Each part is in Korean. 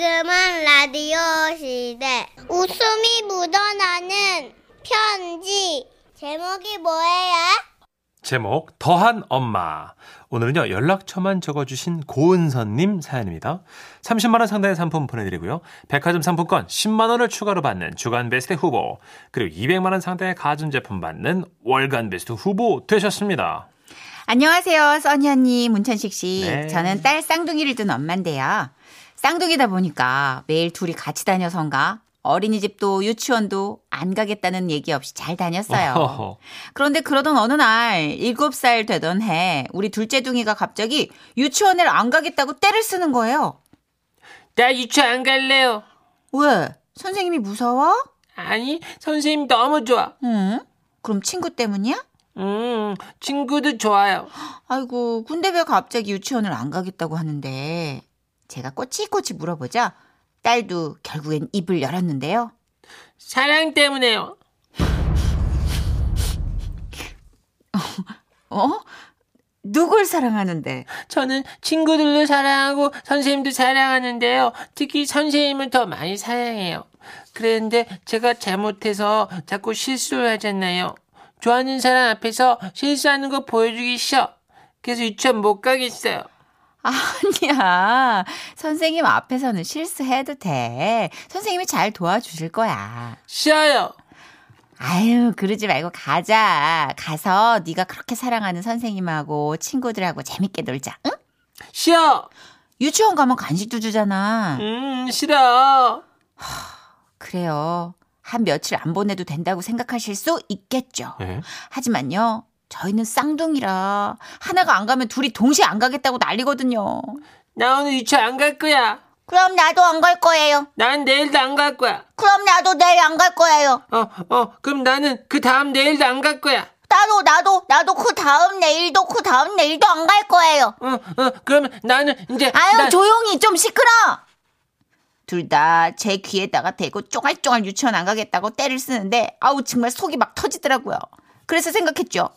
지금은 라디오 시대. 웃음이 묻어나는 편지. 제목이 뭐예요? 제목 더한 엄마 오늘은요 연락처만 적어주신 고은선님 사연입니다 30만원 상당의 상품 보내드리고요 백화점 상품권 10만원을 추가로 받는 주간베스트 후보 그리고 200만원 상당의 가전제품 받는 월간베스트 후보 되셨습니다 안녕하세요, 써니 언니, 문천식 씨. 네. 저는 딸 쌍둥이를 둔 엄마인데요. 쌍둥이다 보니까 매일 둘이 같이 다녀선가 어린이집도 유치원도 안 가겠다는 얘기 없이 잘 다녔어요. 어허허. 그런데 그러던 어느 날, 7살 되던 해, 우리 둘째 둥이가 갑자기 유치원을 안 가겠다고 떼를 쓰는 거예요. 나 유치원 안 갈래요. 왜? 선생님이 무서워? 아니, 선생님 너무 좋아. 응? 그럼 친구 때문이야? 음, 친구도 좋아요. 아이고, 근데 왜 갑자기 유치원을 안 가겠다고 하는데 제가 꼬치꼬치 물어보자. 딸도 결국엔 입을 열었는데요. 사랑 때문에요. 어? 누굴 사랑하는데? 저는 친구들도 사랑하고 선생님도 사랑하는데요. 특히 선생님을 더 많이 사랑해요. 그런데 제가 잘못해서 자꾸 실수를 하잖아요. 좋아하는 사람 앞에서 실수하는 거 보여주기 싫어. 그래서 유치원 못 가겠어요. 아니야. 선생님 앞에서는 실수해도 돼. 선생님이 잘 도와주실 거야. 싫어요. 아유, 그러지 말고 가자. 가서 네가 그렇게 사랑하는 선생님하고 친구들하고 재밌게 놀자. 응? 싫어. 유치원 가면 간식도 주잖아. 음, 싫어. 그래요. 한 며칠 안 보내도 된다고 생각하실 수 있겠죠. 예. 하지만요, 저희는 쌍둥이라 하나가 안 가면 둘이 동시에 안 가겠다고 난리거든요. 나 오늘 유치원 안 갈 거야. 그럼 나도 안 갈 거예요. 난 내일도 안 갈 거야. 그럼 나도 내일 안 갈 거예요. 어, 어, 그럼 나는 그 다음 내일도 안 갈 거야. 나도 나도 나도 그 다음 내일도 그 다음 내일도 안 갈 거예요. 어, 어, 그러면 나는 이제. 아유 난- 조용히 좀 시끄러. 둘 다 제 귀에다가 대고 쪼갈쪼갈 유치원 안 가겠다고 떼를 쓰는데 아우 정말 속이 막 터지더라고요. 그래서 생각했죠.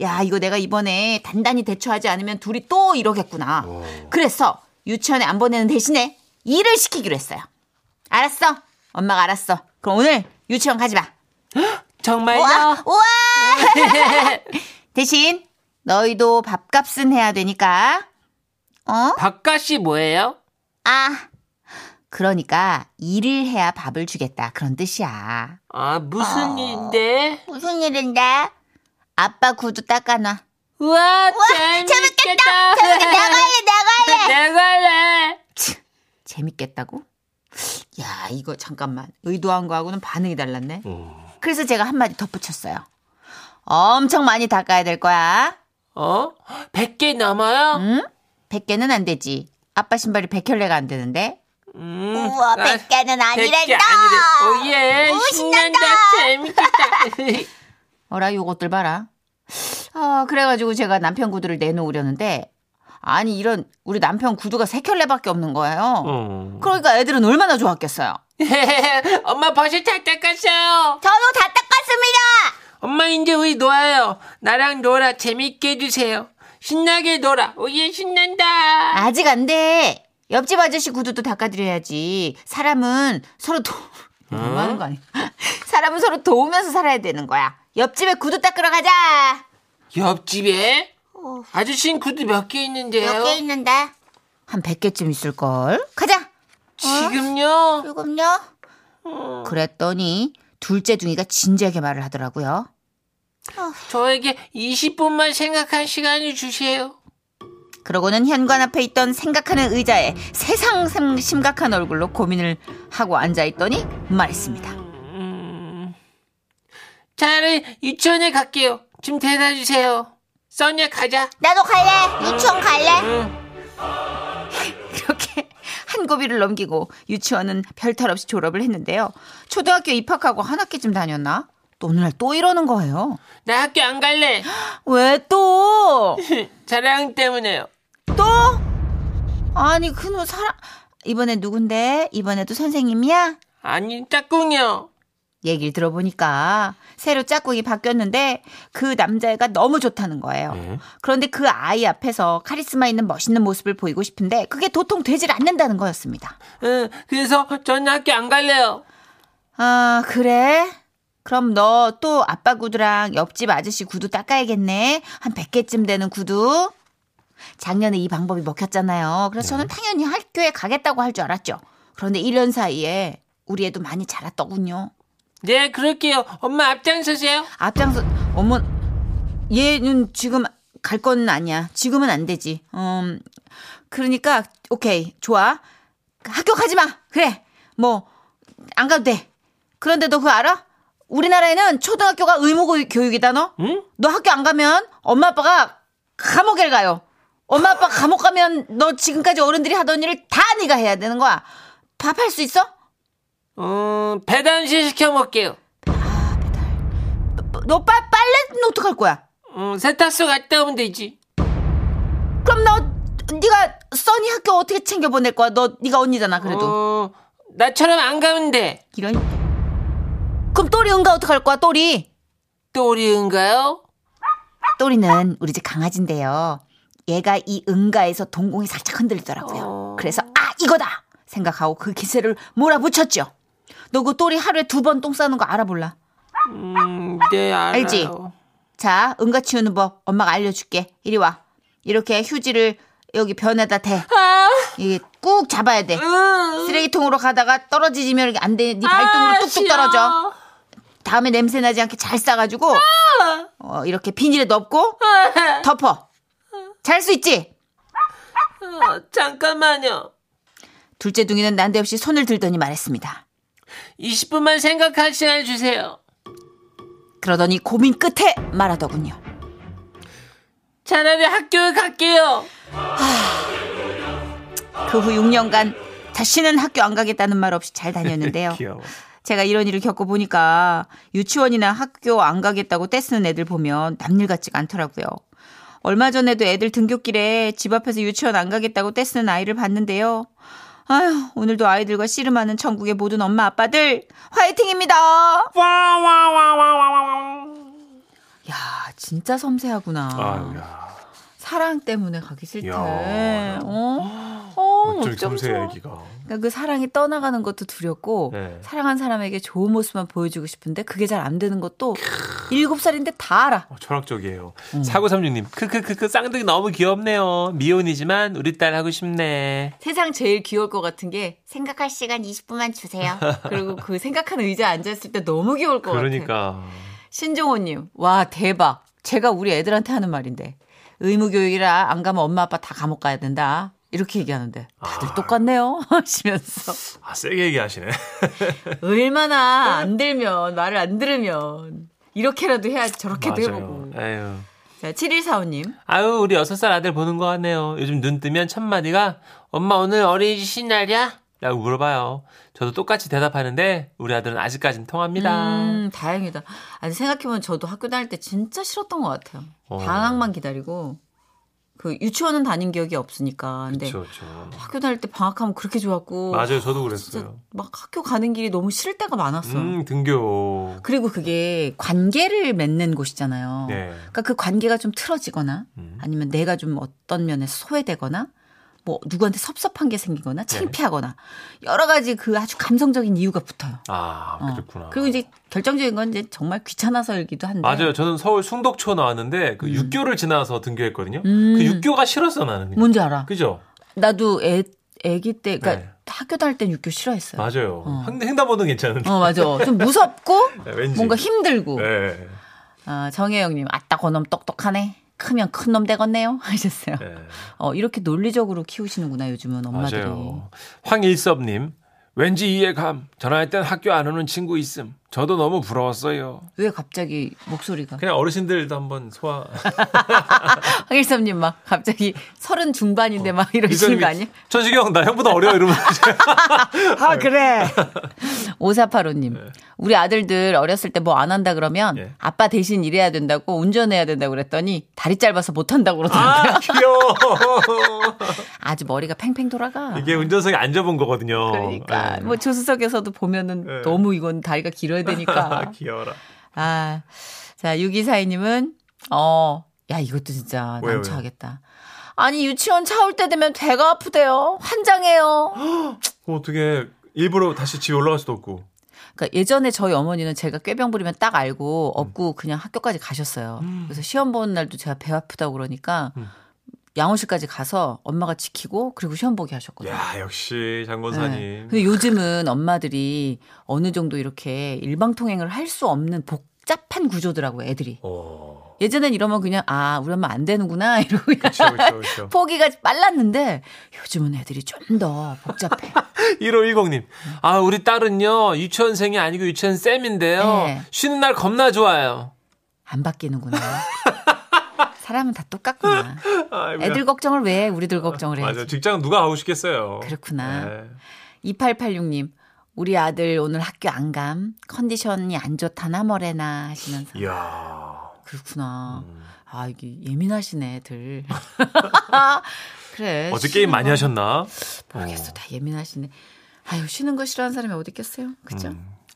야 이거 내가 이번에 단단히 대처하지 않으면 둘이 또 이러겠구나. 그래서 유치원에 안 보내는 대신에 일을 시키기로 했어요. 알았어. 엄마가 알았어. 그럼 오늘 유치원 가지 마. 정말요? 우와, 우와. 대신 너희도 밥값은 해야 되니까. 어? 밥값이 뭐예요? 아. 그러니까 일을 해야 밥을 주겠다. 그런 뜻이야. 아, 무슨 일인데? 무슨 일인데? 아빠 구두 닦아놔. 우와, 재밌겠다. 나갈래. 내가 할래. 재밌겠다고? 야, 이거 잠깐만. 의도한 거하고는 반응이 달랐네. 음. 그래서 제가 한마디 덧붙였어요. 엄청 많이 닦아야 될 거야. 어? 100개 넘어요? 응? 100개는 안 되지. 아빠 신발이 100켤레가 안 되는데. 음. 우와, 아, 100개는 100개 아니래. 오예, 신난다. 재밌겠다. 어라, 요것들 봐라. 아, 그래가지고 제가 남편 구두를 내놓으려는데, 아니, 이런, 우리 남편 구두가 세 켤레밖에 없는 거예요. 어. 그러니까 애들은 얼마나 좋았겠어요. 엄마 벌써 다 닦았어요. 저도 다 닦았습니다! 엄마 이제 우리 놀아요. 나랑 놀아 재밌게 해주세요. 신나게 놀아. 오예 신난다. 아직 안 돼. 옆집 아저씨 구두도 닦아드려야지. 사람은 서로 도, 너무 하는 거 아니야? 사람은 서로 도우면서 살아야 되는 거야. 옆집에 구두 닦으러 가자! 옆집에 아저씨는 구두 어. 몇 개 있는데요. 어? 있는데? 한 100개쯤 있을걸? 가자! 지금요. 조금요? 그랬더니 둘째 둥이가 진지하게 말을 하더라고요. 저에게 20분만 생각할 시간을 주세요. 그러고는 현관 앞에 있던 생각하는 의자에 세상 생- 심각한 얼굴로 고민을 하고 앉아 있더니 말했습니다. 음, 차라리 유치원에 갈게요. 좀 데려다 주세요. 써니야 가자. 나도 갈래. 유치원 갈래. 그렇게 한 고비를 넘기고 유치원은 별탈 없이 졸업을 했는데요. 초등학교 입학하고 한 학기쯤 다녔나? 또 어느 날 또 이러는 거예요. 나 학교 안 갈래. 왜 또? 자랑 때문에요. 또? 아니 그놈 사람 이번에 누군데? 이번에도 선생님이야? 아니 짝꿍이요. 얘기를 들어보니까 새로 짝꿍이 바뀌었는데 그 남자애가 너무 좋다는 거예요. 예. 그런데 그 아이 앞에서 카리스마 있는 멋있는 모습을 보이고 싶은데 그게 도통 되질 않는다는 거였습니다. 응, 그래서 저는 학교 안 갈래요. 아, 그래? 그럼 너 또 아빠 구두랑 옆집 아저씨 구두 닦아야겠네. 한 100개쯤 되는 구두. 작년에 이 방법이 먹혔잖아요. 그래서 저는 당연히 학교에 가겠다고 할 줄 알았죠. 그런데 1년 사이에 우리 애도 많이 자랐더군요. 네, 그럴게요. 엄마 앞장서세요. 앞장서 어머 얘는 지금 갈 건 아니야. 지금은 안 되지. 음 그러니까 오케이 좋아. 학교 가지 마. 그래 뭐 안 가도 돼. 그런데 너 그거 알아? 우리나라에는 초등학교가 의무 고- 교육이다 너. 응? 너 학교 안 가면 엄마 아빠가 감옥에 가요. 엄마 아빠 감옥 가면 너 지금까지 어른들이 하던 일을 다 네가 해야 되는 거야. 밥할 수 있어? 음, 배달 음식 시켜 먹게요. 너 빨, 빨래는 어떡할 거야? 음, 세탁소 갔다 오면 되지. 그럼 너 네가 써니 학교 어떻게 챙겨 보낼 거야? 너 네가 언니잖아 그래도 어, 나처럼 안 가면 돼. 이런 그럼 또리 응가 어떻게 할 거야? 또리 또리인가요? 또리는 우리 집 강아지인데요. 얘가 이 응가에서 동공이 살짝 흔들리더라고요. 어. 그래서 아 이거다 생각하고 그 기세를 몰아붙였죠. 너 그 또리 하루에 두 번 똥 싸는 거 알아볼라. 음, 네, 알아요. 알지? 자 응가 치우는 법 엄마가 알려줄게. 이리 와. 이렇게 휴지를 여기 변에다 대. 아, 이게 꾹 잡아야 돼. 음. 쓰레기통으로 가다가 떨어지면 이게 안 돼. 네 발등으로 아, 뚝뚝 싫어. 떨어져. 다음에 냄새 나지 않게 잘 싸가지고 어, 이렇게 비닐에 넣고 아, 덮어. 잘 수 있지? 어, 잠깐만요. 둘째 둥이는 난데없이 손을 들더니 말했습니다. 20분만 생각할 시간을 주세요. 그러더니 고민 끝에 말하더군요. 차라리 학교에 갈게요. 그 후 6년간 다시는 학교 안 가겠다는 말 없이 잘 다녔는데요. 귀여워. 제가 이런 일을 겪어보니까 유치원이나 학교 안 가겠다고 떼쓰는 애들 보면 남일 같지가 않더라고요. 얼마 전에도 애들 등교길에 집 앞에서 유치원 안 가겠다고 떼쓰는 아이를 봤는데요. 아휴, 오늘도 아이들과 씨름하는 천국의 모든 엄마 아빠들 화이팅입니다. 야, 진짜 섬세하구나. 아유야. 사랑 때문에 가기 싫대. 야. 어? 어, 어쩜 어쩜 섬세 좋아. 애기가. 그러니까 그 사랑이 떠나가는 것도 두렵고 네. 사랑한 사람에게 좋은 모습만 보여주고 싶은데 그게 잘 안 되는 것도 일곱 살인데 다 알아. 어, 철학적이에요. 4936님, 크크크크, 쌍둥이 너무 귀엽네요. 미혼이지만 우리 딸 하고 싶네. 세상 제일 귀여울 것 같은 게 생각할 시간 20분만 주세요. 그리고 그 생각하는 의자에 앉았을 때 너무 귀여울 것 같아. 그러니까. 신종호님, 와 대박. 제가 우리 애들한테 하는 말인데 의무 교육이라 안 가면 엄마 아빠 다 감옥 가야 된다. 이렇게 얘기하는데 다들 아. 똑같네요 하시면서 아, 세게 얘기하시네. 얼마나 안 들면 말을 안 들으면 이렇게라도 해야지 저렇게도 맞아요. 해보고 아유. 자 7145님 아유, 우리 여섯 살 아들 보는 거 같네요. 요즘 눈 뜨면 첫마디가, 엄마 오늘 어린이집 날이야? 라고 물어봐요. 저도 똑같이 대답하는데, 우리 아들은 아직까진 통합니다. 음, 다행이다. 아니, 생각해보면 저도 학교 다닐 때 진짜 싫었던 것 같아요. 어. 방학만 기다리고, 그, 유치원은 다닌 기억이 없으니까. 근데 그쵸, 그쵸. 학교 다닐 때 방학하면 그렇게 좋았고. 맞아요. 저도 진짜 그랬어요. 막 학교 가는 길이 너무 싫을 때가 많았어요. 음, 등교. 그리고 그게 관계를 맺는 곳이잖아요. 네. 그러니까 그 관계가 좀 틀어지거나 음. 아니면 내가 좀 어떤 면에 소외되거나 뭐 누구한테 섭섭한 게 네. 생기거나 창피하거나 여러 가지 그 아주 감성적인 이유가 붙어요. 아, 어. 그랬구나. 그리고 이제 네. 결정적인 건 이제 정말 귀찮아서이기도 한데. 맞아요. 저는 서울 숭덕초 나왔는데 그 육교를 지나서 등교했거든요. 음. 그 육교가 싫었어 나는. 그냥. 뭔지 알아. 그죠? 나도 애 애기 때 그러니까 네. 학교 다닐 땐 육교 싫어했어요. 맞아요. 어. 횡- 횡단보도는 괜찮은데. 어 맞아. 좀 무섭고 네, 왠지. 뭔가 힘들고. 네. 아, 정혜영님 아따 고놈 똑똑하네. 크면 큰 놈 되겠네요 하셨어요. 네. 어 이렇게 논리적으로 키우시는구나 요즘은 엄마들이. 맞아요. 황일섭님. 왠지 이해감. 전화할 땐 학교 안 오는 친구 있음. 저도 너무 부러웠어요. 왜 갑자기 목소리가 그냥 어르신들도 한번 소화. 그러니까 황일섭님 막 갑자기 서른 중반인데 어, 막 이러시는 거 아니야? 천식이 형, 나 형보다 어려 이러면 아 그래. 오사파로님 우리 아들들 어렸을 때 뭐 안 한다 그러면 네. 예. 아빠 대신 일해야 된다고 운전해야 된다고 그랬더니 다리 짧아서 못 한다고 그러더라고요. 아, 귀여워. 아주 머리가 팽팽 돌아가. 이게 운전석에 앉아본 거거든요. 그러니까 네. 뭐 조수석에서도 보면은 네. 너무 이건 다리가 길어야 들어야 되니까. 아, 귀여워라. 아, 자, 6242님은, 어, 야, 이것도 진짜 왜요, 난처하겠다. 아니, 유치원 차 올 때 되면 배가 아프대요. 환장해요. 어떻게 일부러 다시 집에 올라갈 수도 없고. 그러니까 예전에 저희 어머니는 제가 꾀병 부리면 음. 딱 알고 업고 그냥 학교까지 가셨어요. 그래서 시험 보는 날도 제가 배 아프다고 그러니까 음. 양호실까지 가서 엄마가 지키고 그리고 시험 보게 하셨거든요. 야 역시 네. 장건사님. 근데 요즘은 엄마들이 어느 정도 이렇게 일방통행을 할 수 없는 복잡한 구조더라고요, 애들이. 어. 예전엔 이러면 그냥 아 우리 엄마 안 되는구나 이러고 그냥 그렇죠 그렇죠 그렇죠. 포기가 빨랐는데 요즘은 애들이 좀 더 복잡해. 1510님. 아, 우리 딸은요, 유치원생이 아니고 유치원 쌤인데요. 네. 쉬는 날 겁나 좋아요. 안 바뀌는구나. 사람은 다 똑같구나. 아이고야. 애들 걱정을 왜 해? 우리들 걱정을 맞아. 해야지. 직장 누가 하고 싶겠어요. 그렇구나. 네. 2886님 우리 아들 오늘 학교 안 감. 컨디션이 안 좋다나 뭐래나 하시면서 이야. 그렇구나. 음. 아 이게 예민하시네 애들. 그래. 어제 쉬는 게임 많이 거 하셨나? 모르겠어. 다 예민하시네. 아유 쉬는 거 싫어하는 사람이 어디 있겠어요. 그죠?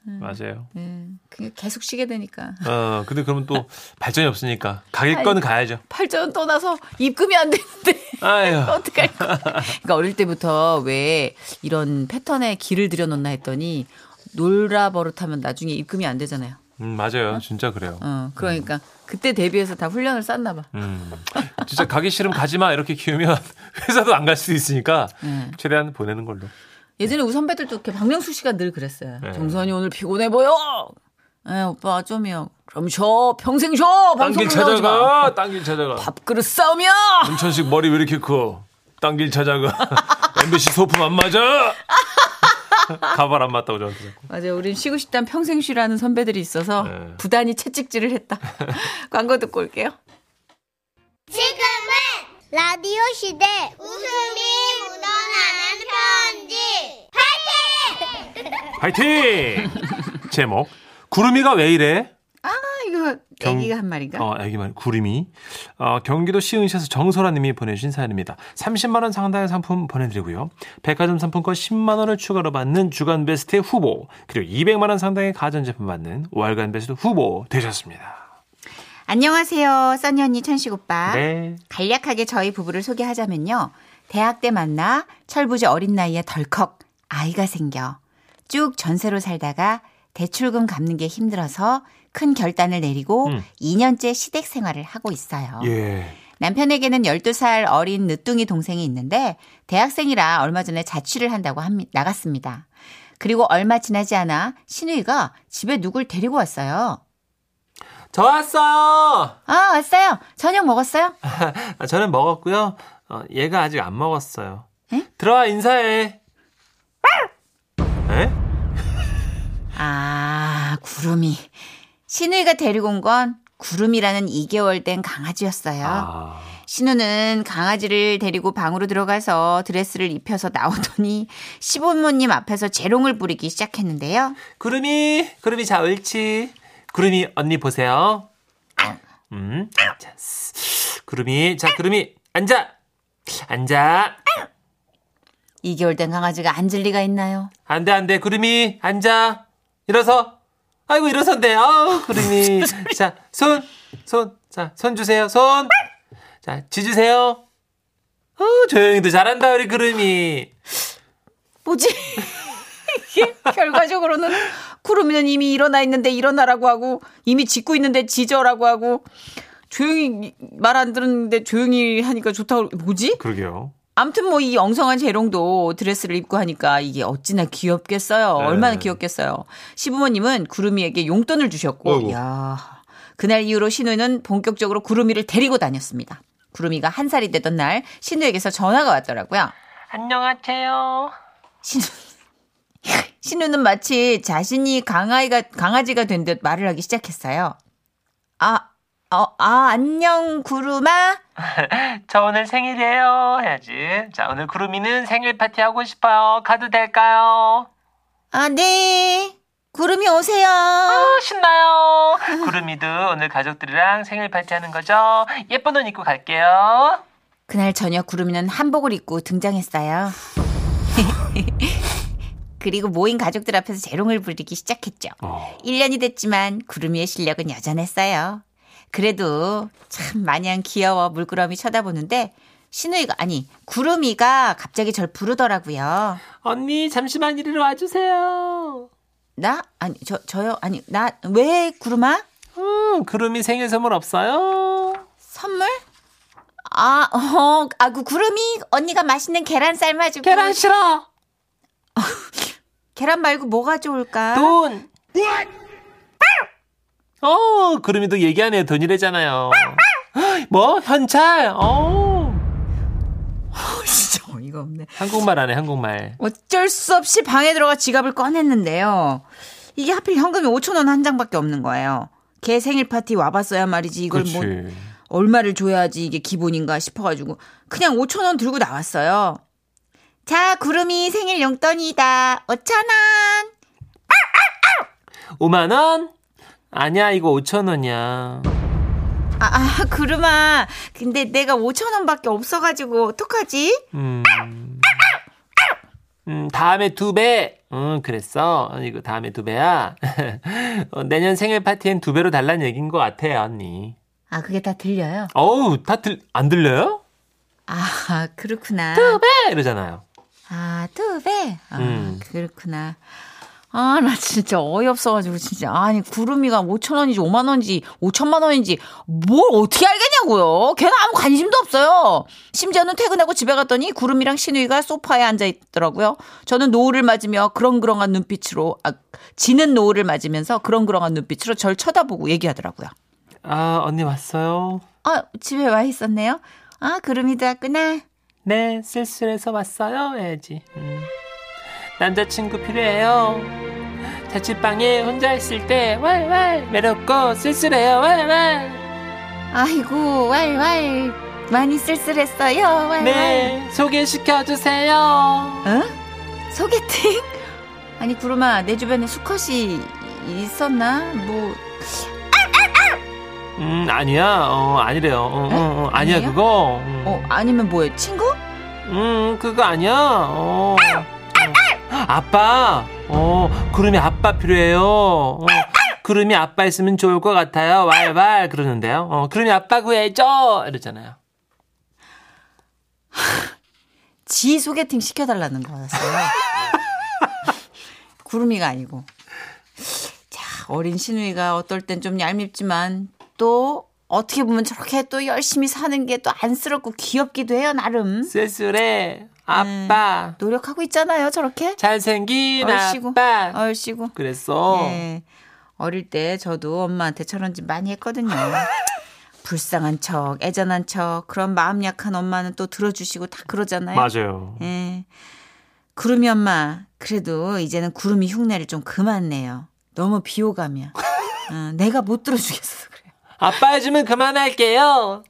음, 맞아요. 예, 그게 계속 쉬게 되니까. 어, 근데 그러면 또 발전이 없으니까 가길 건 가야죠. 8천 떠나서 입금이 안 되는데 아유. 어떡할 거야. 그러니까 어릴 때부터 왜 이런 패턴에 길을 들여놓나 했더니 놀라 버릇하면 나중에 입금이 안 되잖아요. 음, 맞아요. 진짜 그래요. 어, 그러니까 그때 대비해서 다 훈련을 쌌나 봐. 음. 진짜 가기 싫으면 가지 마. 이렇게 키우면 회사도 안 갈 수도 있으니까 네. 최대한 보내는 걸로. 예전에 우리 선배들도 이렇게 박명수 씨가 늘 그랬어요. 네. 정선이 오늘 피곤해 보여. 에 오빠 좀이요. 그럼 쉬어 평생 쉬어 방송 딴길 나오지 마. 찾아가. 딴길 찾아가. 밥그릇 싸우며 문천식 머리 왜 이렇게 커? 딴 길 찾아가. MBC 소품 안 맞아? 가발 안 맞다고 저한테 자꾸. 맞아요. 우린 쉬고 싶다면 평생 쉬라는 선배들이 있어서 네. 부단히 채찍질을 했다. 광고 듣고 올게요. 아, 지금은 라디오 시대 웃음이 묻어나는 편지 파이팅! 제목. 구름이가 왜 이래? 아, 이거 경- 애기가 한 말인가? 어, 애기말 구름이. 어, 경기도 시흥시에서 정설아 님이 보내주신 사연입니다. 30만 원 상당의 상품 보내드리고요. 백화점 상품권 10만 원을 추가로 받는 주간 베스트 후보 그리고 200만 원 상당의 가전제품 받는 월간 베스트 후보 되셨습니다. 안녕하세요. 써니 언니 천식 오빠. 네. 간략하게 저희 부부를 소개하자면요. 대학 때 만나 철부지 어린 나이에 덜컥 아이가 생겨 쭉 전세로 살다가 대출금 갚는 게 힘들어서 큰 결단을 내리고 음. 2년째 시댁 생활을 하고 있어요. 예. 남편에게는 12살 어린 늦둥이 동생이 있는데 대학생이라 얼마 전에 자취를 한다고 합니- 나갔습니다. 그리고 얼마 지나지 않아 신우이가 집에 누굴 데리고 왔어요. 저 왔어요! 아, 왔어요. 저녁 먹었어요? 아, 저는 먹었고요. 어, 얘가 아직 안 먹었어요. 들어와 인사해. 네? 에? 아, 구름이. 신우이가 데리고 온 건 구름이라는 2개월 된 강아지였어요. 아, 신우는 강아지를 데리고 방으로 들어가서 드레스를 입혀서 나오더니 시부모님 앞에서 재롱을 부리기 시작했는데요. 구름이, 구름이 자 옳지. 구름이 언니 보세요. 음, 자, 쓰- 구름이, 자 구름이 앉아, 앉아. 2개월 된 강아지가 앉을 리가 있나요? 안돼 안돼 구름이 앉아. 일어서. 아이고 일어선대. 아우 구름이. 자 손, 손, 자 손 주세요 손. 자 지주세요. 어 조용히도 잘한다 우리 구름이. 뭐지? 이게 결과적으로는 구름이는 이미 일어나 있는데 일어나라고 하고 이미 짖고 있는데 짖어라고 하고 조용히 말 안 들었는데 조용히 하니까 좋다고 뭐지? 그러게요. 암튼 뭐 이 엉성한 재롱도 드레스를 입고 하니까 이게 어찌나 귀엽겠어요. 얼마나 네. 귀엽겠어요. 시부모님은 구름이에게 용돈을 주셨고, 어이구. 야 그날 이후로 신우는 본격적으로 구름이를 데리고 다녔습니다. 구름이가 한 살이 되던 날 신우에게서 전화가 왔더라고요. 안녕하세요. 신우, 신우는 마치 자신이 강아지가, 강아지가 된 듯 말을 하기 시작했어요. 아, 어, 아, 안녕, 구름아. 저 오늘 생일이에요. 해야지. 자, 오늘 구름이는 생일 파티 하고 싶어요. 가도 될까요? 아, 네. 구름이 오세요. 아, 신나요. 구름이도 오늘 가족들이랑 생일 파티 하는 거죠. 예쁜 옷 입고 갈게요. 그날 저녁 구름이는 한복을 입고 등장했어요. 그리고 모인 가족들 앞에서 재롱을 부리기 시작했죠. 어. 1년이 됐지만 구름이의 실력은 여전했어요. 그래도 참 마냥 귀여워 물끄러미 쳐다보는데 신우이가 아니 구름이가 갑자기 절 부르더라고요. 언니 잠시만 이리로 와주세요. 나 아니 저 저요 아니 나 왜 구름아 음, 구름이 생일 선물 없어요? 선물? 아, 어, 아, 그 구름이 언니가 맛있는 계란 삶아주고 계란 싫어. 계란 말고 뭐가 좋을까? 돈. 어, 그럼이도 얘기 안 해요. 돈이래잖아요. 뭐? 현찰? 어. 진짜 어이가 없네. 한국말 안 해, 한국말. 어쩔 수 없이 방에 들어가 지갑을 꺼냈는데요. 이게 하필 현금이 5천 원 한 장밖에 없는 거예요. 걔 생일 파티 와봤어야 말이지 이걸 그렇지. 뭐 얼마를 줘야지 이게 기본인가 싶어가지고 그냥 5천 원 들고 나왔어요. 자, 구름이 생일 용돈이다. 5천 원. 5만원? 아니야, 이거 5천원이야. 아, 아, 구름아. 근데 내가 5천 원밖에 없어가지고 어떡하지? 음. 음, 다음에 두 배. 응, 그랬어. 어, 이거 다음에 두 배야. 어, 내년 생일 파티엔 두 배로 달란 얘기인 것 같아요, 언니. 아, 그게 다 들려요? 어우, 다 들, 안 들려요? 아, 그렇구나. 두 배! 이러잖아요. 아, 두 배? 아, 음. 그렇구나. 아, 나 진짜 어이없어가지고, 진짜. 아니, 구름이가 5천원인지 5만원인지 5천만원인지 뭘 어떻게 알겠냐고요. 걔는 아무 관심도 없어요. 심지어는 퇴근하고 집에 갔더니 구름이랑 신우이가 소파에 앉아있더라고요. 저는 노을을 맞으며 그렁그렁한 눈빛으로, 아, 지는 노을을 맞으면서 그렁그렁한 눈빛으로 절 쳐다보고 얘기하더라고요. 아, 언니 왔어요? 아, 집에 와 있었네요. 아, 구름이도 왔구나. 네, 쓸쓸해서 왔어요. 해야지. 음. 남자친구 필요해요. 자취방에 혼자 있을 때 왈왈 매력고 쓸쓸해요. 왈왈. 아이고 왈왈 많이 쓸쓸했어요 왈왈 네, 소개시켜 주세요. 어? 소개팅? 아니 구름아 내 주변에 수컷이 있었나? 뭐 음, 아니야. 어, 아니래요. 어, 어, 어, 아니야 네? 아니에요? 그거. 음. 어, 아니면 뭐예요 친구? 음, 그거 아니야. 어. 어. 아빠. 어, 구름이 아빠 필요해요. 어, 구름이 아빠 있으면 좋을 것 같아요. 왈왈 그러는데요. 어, 구름이 아빠 구해줘. 이러잖아요. 지 소개팅 시켜달라는 거였어요 구름이가 아니고 자 어린 신우이가 어떨 땐 좀 얄밉지만 또 어떻게 보면 저렇게 또 열심히 사는 게 또 안쓰럽고 귀엽기도 해요 나름 네. 쓸쓸해 아빠 노력하고 있잖아요 저렇게 잘생긴 얼씨구. 아빠 얼씨구 그랬어 예. 어릴 때 저도 엄마한테 저런 짓 많이 했거든요. 불쌍한 척, 애잔한 척, 그런 마음 약한 엄마는 또 들어주시고 다 그러잖아요. 맞아요 예. 구름이 엄마, 그래도 이제는 구름이 흉내를 좀 그만 내요. 너무 비호감이야. 어, 내가 못 들어주겠어서 그래요. 아빠 해주면 그만할게요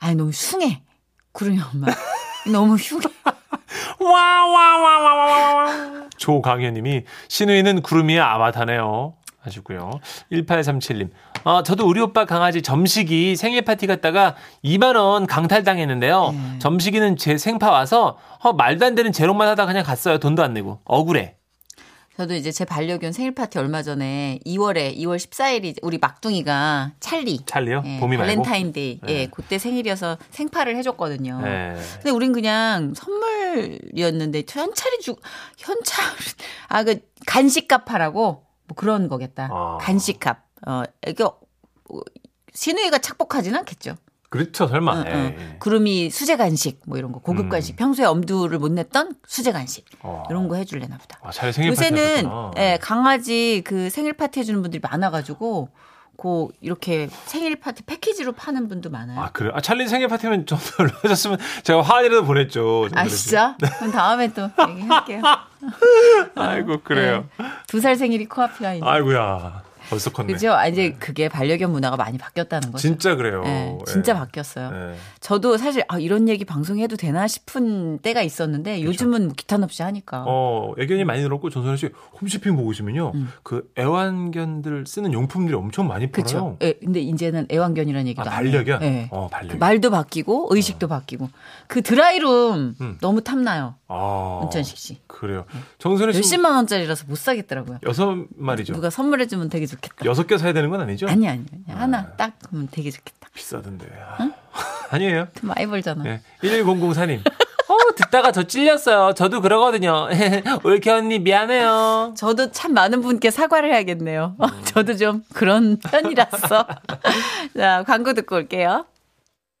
아니, 너무 흉해. 구름이 엄마. 너무 흉해. 와와와와와와 조강현님이 신우이는 구름이의 아바타네요 하시고요 1837님 아, 저도 우리 오빠 강아지 점식이 생일 파티 갔다가 2만원 강탈당했는데요 예. 점식이는 제 생파 와서 어, 말도 안 되는 재롱만 하다 그냥 갔어요 돈도 안 내고 억울해 저도 이제 제 반려견 생일 파티 얼마 전에 2월에 2월 14일이 우리 막둥이가 찰리. 찰리요? 예, 봄이 말고? 발렌타인데이. 예, 그때 생일이어서 생파를 해줬거든요. 네. 근데 우린 그냥 선물이었는데 현찰이 주 현찰 아 그 간식값하라고 뭐 그런 거겠다. 아. 간식값. 어 이게 어, 신우이가 착복하진 않겠죠. 그렇죠 설마 어, 어. 예. 구름이 수제 간식 뭐 이런 거 고급 음. 간식 평소에 엄두를 못 냈던 수제 간식 어. 이런 거 해줄래나 보다. 아, 잘 생일 요새는 파티였구나. 예, 강아지 그 생일 파티 해주는 분들이 많아가지고 고 이렇게 생일 파티 패키지로 파는 분도 많아요. 아 아, 그래? 아 찰리 생일 파티면 저도 올라오셨으면 제가 화환이라도 보냈죠. 저는 그랬어요. 진짜? 그럼 다음에 또 얘기할게요. 아이고 그래요. 예. 두 살 생일이 코앞이라 이제. 아이고야. 벌써 컸네. 그죠? 아, 이제 그게 반려견 문화가 많이 바뀌었다는 거죠. 진짜 그래요. 예, 진짜 예. 바뀌었어요. 예. 저도 사실 아, 이런 얘기 방송해도 되나 싶은 때가 있었는데 요즘은 뭐 기탄 없이 하니까. 어, 애견이 많이 늘었고 전선혜 씨 홈쇼핑 보고 오시면요. 그 애완견들 쓰는 용품들이 엄청 많이 팔아요. 음. 그렇죠. 예, 근데 이제는 애완견이라는 아, 얘기도 안 해요. 반려견? 예. 어, 반려견. 어. 말도 바뀌고 의식도 바뀌고 그 드라이룸 음. 너무 탐나요. 아, 문천식 씨. 그래요. 예. 정선혜 씨 몇십만 원짜리라서 못 사겠더라고요. 여섯 마리죠. 누가 선물해 주면 되게 좋겠다. 여섯 개 사야 되는 건 아니죠? 아니 아니 아니 하나 딱 그러면 되게 좋겠다. 비싸던데. 아, 아니에요. 돈 많이 벌잖아. 예. 1004님. 어, 듣다가 저 찔렸어요. 저도 그러거든요. 올케 언니 미안해요. 저도 참 많은 분께 사과를 해야겠네요. 저도 좀 그런 편이라서. 자, 광고 듣고 올게요.